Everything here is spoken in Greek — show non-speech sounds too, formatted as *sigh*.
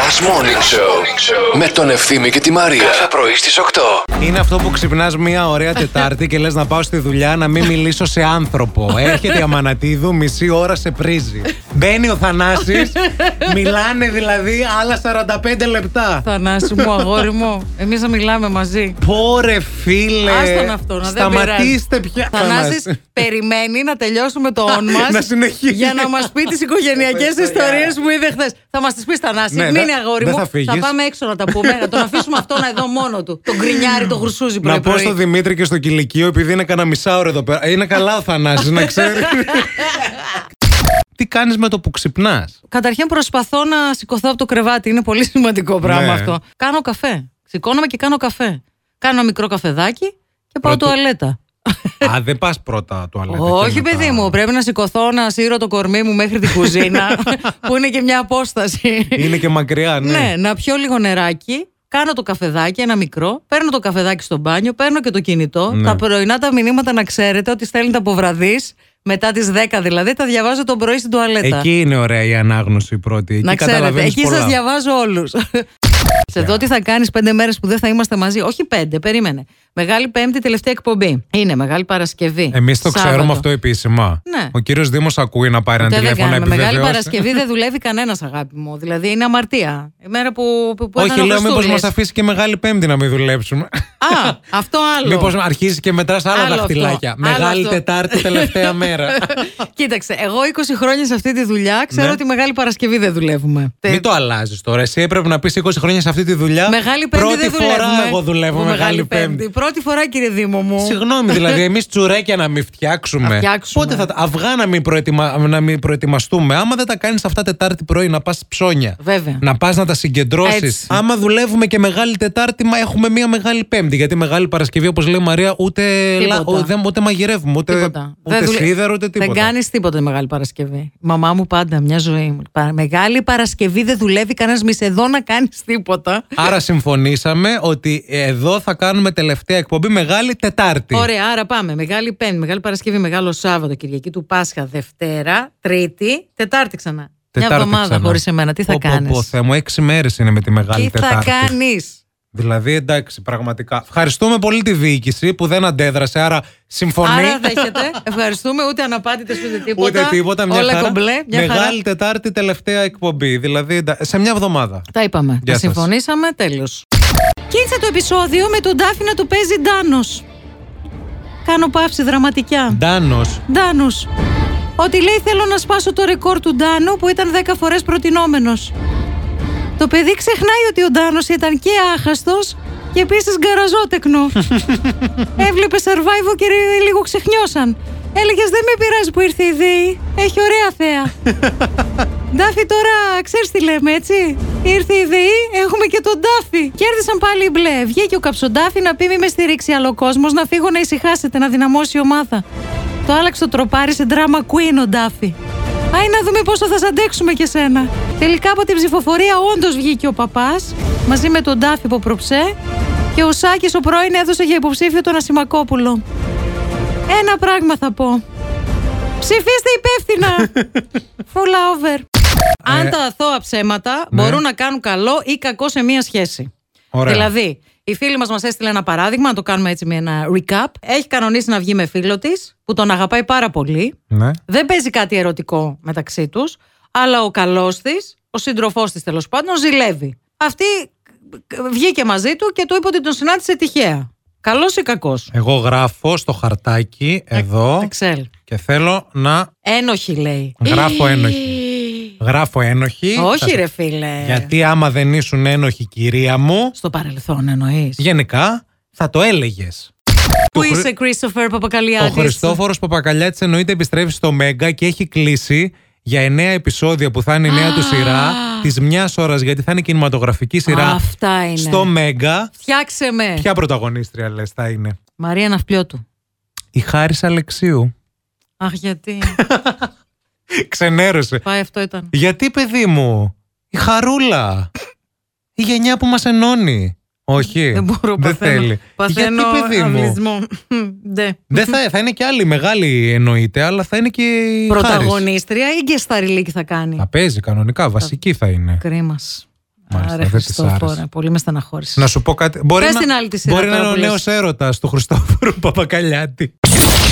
Last Morning Show με τον Ευθύμη και τη Μαρία. Κάθε πρωί στις 8. Είναι αυτό που ξυπνάς μια ωραία Τετάρτη και λες να πάω στη δουλειά να μην μιλήσω σε άνθρωπο. Έρχεται η Αμανατίδου, μισή ώρα σε πρίζει. Μπαίνει ο Θανάσης, μιλάνε δηλαδή άλλα 45 λεπτά. Θανάση μου, αγόρι μου. Εμείς να μιλάμε μαζί. Πόρε φίλε. Άστον αυτό, να δεν Σταματήστε πειράζει. πια. Θανάσης περιμένει να τελειώσουμε το όν μας Να συνεχίσει. Για να μας πει τις οικογενειακές ιστορίες που είδε χθες. Θα μας τις πεις Θανάση, Ναι, μείνε δεν- αγόρι δεν μου. θα φύγεις. πάμε έξω να τα πούμε, να τον αφήσουμε αυτό να εδώ μόνο του. Τον γκρινιάρι, τον γρουσούζι πρωί Να πω στο Δημήτρη και στο Κυλικείο, επειδή είναι κανένα μισάωρο εδώ πέρα. Είναι καλά ο Θανάσης, να ξέρεις. Τι κάνεις με το που ξυπνάς. Καταρχήν προσπαθώ να σηκωθώ από το κρεβάτι. Είναι πολύ σημαντικό πράγμα Ναι. αυτό. Κάνω καφέ. Σηκώνομαι και κάνω καφέ. Κάνω ένα μικρό καφεδάκι και πάω Πρώτο- τουαλέτα. Α, δεν πας πρώτα τουαλέτα. Όχι, και μετά. παιδί μου. Πρέπει να σηκωθώ να σύρω το κορμί μου μέχρι την *laughs* κουζίνα, που είναι και μια απόσταση. Είναι και μακριά, ναι. ναι, να πιω λίγο νεράκι. Κάνω το καφεδάκι, ένα μικρό. Παίρνω το καφεδάκι στο μπάνιο, παίρνω και το κινητό. Ναι. Τα πρωινά τα μηνύματα να ξέρετε ότι στέλνετε από βραδύ, μετά τις 10 δηλαδή, τα διαβάζω το πρωί στην τουαλέτα. Εκεί είναι ωραία η ανάγνωση η πρώτη. Εκεί να ξέρετε, καταλαβαίνεις εκεί πολλά. σας διαβάζω *laughs* όλους. Σε εδώ τι θα κάνεις πέντε μέρες που δεν θα είμαστε μαζί. Όχι πέντε, περίμενε. Μεγάλη Πέμπτη, τελευταία εκπομπή. Είναι Μεγάλη Παρασκευή. Εμείς το Σάββατο. ξέρουμε αυτό επίσημα. Ναι. Ο κύριος Δήμος ακούει να πάρει ένα Ποτέ δεν τηλέφωνο να κάνουμε. Μεγάλη επιβεβαιώσει. Παρασκευή δεν δουλεύει κανένας, αγάπη μου. Δηλαδή είναι αμαρτία. Η μέρα που. που, που Όχι, ήταν ο λέω μήπως Χριστούλης. μας αφήσει και Μεγάλη Πέμπτη να μην δουλέψουμε. Α, αυτό άλλο. Μήπως αρχίζεις και μετράς άλλα Άλλο δαχτυλάκια. αυτό. Άλλο Μεγάλη αυτό. Τετάρτη, τελευταία *laughs* μέρα. *laughs* Κοίταξε, εγώ 20 χρόνια σε αυτή τη δουλειά ξέρω Ναι. ότι Μεγάλη Παρασκευή δεν δουλεύουμε. Τε- Μην το αλλάζεις τώρα. Εσύ έπρεπε να πεις 20 χρόνια σε αυτή τη δουλειά. Μεγάλη Πέμπτη Πρώτη δεν δουλεύουμε. φορά εγώ δουλεύω Μεγάλη Μεγάλη, Πέμπτη. Πρώτη φορά, κύριε Δήμο μου. Συγγνώμη, δηλαδή, εμείς τσουρέκια να μην φτιάξουμε. Να φτιάξουμε. Πότε θα τα. Αυγά να μην, προετοιμα... να μην προετοιμαστούμε. Άμα δεν τα κάνεις αυτά Τετάρτη πρωί, να πας ψώνια. Βέβαια. Να πας να τα συγκεντρώσεις. Έτσι. Άμα δουλεύουμε και μεγάλη Τετάρτη, μα έχουμε μία μεγάλη Πέμπτη. Γιατί μεγάλη Παρασκευή, όπως λέει η Μαρία, ούτε, Τίποτα. λα- ο- δεν, ούτε μαγειρεύουμε, ούτε, Τίποτα. ούτε Δεν δουλε- σίδερο, ούτε τίποτα. Δεν κάνεις τίποτα τη Μεγάλη Παρασκευή. Η Μαμά μου πάντα, μια ζωή μου. Πα- Μεγάλη Παρασκευή δεν δουλεύει κανένας μη σε εδώ να κάνεις τίποτα. Άρα συμφωνήσαμε ότι εδώ θα κάνουμε τελευταία εκπομπή Μεγάλη Τετάρτη. Ωραία, άρα πάμε. Μεγάλη Πέμπτη, Μεγάλη Παρασκευή, Μεγάλο Σάββατο, Κυριακή του Πάσχα, Δευτέρα, Τρίτη, Τετάρτη ξανά. Τετάρτη μια εβδομάδα ξανά. χωρίς εμένα. Τι θα Πω, πω, κάνει. πω, Θεέ μου, έξι μέρες είναι με τη Μεγάλη Τι θα Τετάρτη. κάνεις. Δηλαδή, εντάξει, πραγματικά. Ευχαριστούμε πολύ τη διοίκηση που δεν αντέδρασε, άρα συμφωνεί. Άρα δέχεται. Ευχαριστούμε. Ούτε αναπάτητε ούτε τίποτα. Ναι. Ούτε τίποτα, μια Όλα χαρά. κομπλέ. Μια Μεγάλη χαρά. Τετάρτη, τελευταία εκπομπή. Δηλαδή, εντα- σε μια εβδομάδα. Τα είπαμε. Γεια τα σας. συμφωνήσαμε. Τέλος. Κίνησε το επεισόδιο με τον Ντάφι να το παίζει Ντάνος. Κάνω παύση δραματικά. Ντάνος. Ντάνος. Ότι λέει θέλω να σπάσω το ρεκόρ του Ντάνου που ήταν 10 φορές προτινόμενος. Το παιδί ξεχνάει ότι ο Ντάνος ήταν και άχαστος και επίσης γκαραζότεκνο. Έβλεπε survivor και λίγο ξεχνιώσαν. Έλεγες δεν με πειράζει που ήρθε η ΔΕΗ. Έχει ωραία θέα. Ντάφι τώρα, ξέρεις τι λέμε, έτσι. Ήρθε η ΔΕΗ, έχουμε και τον Ντάφι. Κέρδισαν πάλι οι μπλε. Βγήκε ο Καψοντάφι να πει: Μη με στηρίξει άλλο κόσμος, να φύγω να ησυχάσετε, να δυναμώσει η ομάδα. Το άλλαξε το τροπάρι σε drama queen ο Ντάφι. Άι να δούμε πόσο θα σ' αντέξουμε και σένα. Τελικά από την ψηφοφορία όντως βγήκε ο παπάς μαζί με τον Ντάφι που προψέ και ο Σάκης ο πρώην έδωσε για υποψήφιο τον Ασημακόπουλο. Ένα πράγμα θα πω. Ψηφίστε *laughs* υπεύθυνα! Full over. Αν τα αθώα ψέματα Ε. ναι. μπορούν να κάνουν καλό ή κακό σε μία σχέση. Ωραία. Δηλαδή, η φίλη μας μας έστειλε ένα παράδειγμα, να το κάνουμε έτσι με ένα recap. Έχει κανονίσει να βγει με φίλο της, που τον αγαπάει πάρα πολύ. Ναι. Δεν παίζει κάτι ερωτικό μεταξύ τους, αλλά ο καλός της, ο σύντροφός της τέλος πάντων, ζηλεύει. Αυτή βγήκε μαζί του και του είπε ότι τον συνάντησε τυχαία. Καλός ή κακός. Εγώ γράφω στο χαρτάκι Ε, εδώ Εξέλ. και θέλω να Ένοχη λέει. Ε. γράφω ένοχη. Γράφω ένοχη. Θα Όχι, σε- ρε φίλε. Γιατί άμα δεν ήσουν ένοχη, κυρία μου, Στο παρελθόν εννοείς. γενικά θα το έλεγες. του Πού Χρυ- είσαι, Κρίστοφερ Ο Παπακαλιάτη. Χριστόφορος Παπακαλιάτης εννοείται επιστρέφει στο Μέγκα και έχει κλείσει για εννέα επεισόδια που θα είναι η νέα του σειρά της μιας ώρας γιατί θα είναι κινηματογραφική σειρά Αυτά είναι. Ε. στο Μέγκα. Φτιάξε με. Ποια πρωταγωνίστρια λες θα είναι, Μαρία Ναυπλιώτου. Η Χάρη Αλεξίου. Αχ, γιατί. *laughs* Ξενέρωσε. Πάει αυτό ήταν. Γιατί, παιδί μου, η Χαρούλα. Η γενιά που μας ενώνει. Όχι. Δεν μπορώ, Ε, Δεν παθαίνω. θέλει. Παθαίνω Γιατί, παιδί μου. αυλισμό. Ναι. Δεν θα, θα είναι και άλλη μεγάλη εννοείται, αλλά θα είναι και. η Χάρης. Πρωταγωνίστρια ή γκεσταριλίκη θα κάνει. Θα παίζει κανονικά, βασική θα είναι. Κρίμας. Μάλιστα, Άρα, δεν της Χριστόφορε, άρεσε. πολύ με στεναχώρησες. Να σου πω κάτι. Μπορεί Πες να, την άλλη τη σειρά μπορεί να τώρα είναι ο που νέο λες. έρωτας του Χριστόφορου Παπακαλιάτη.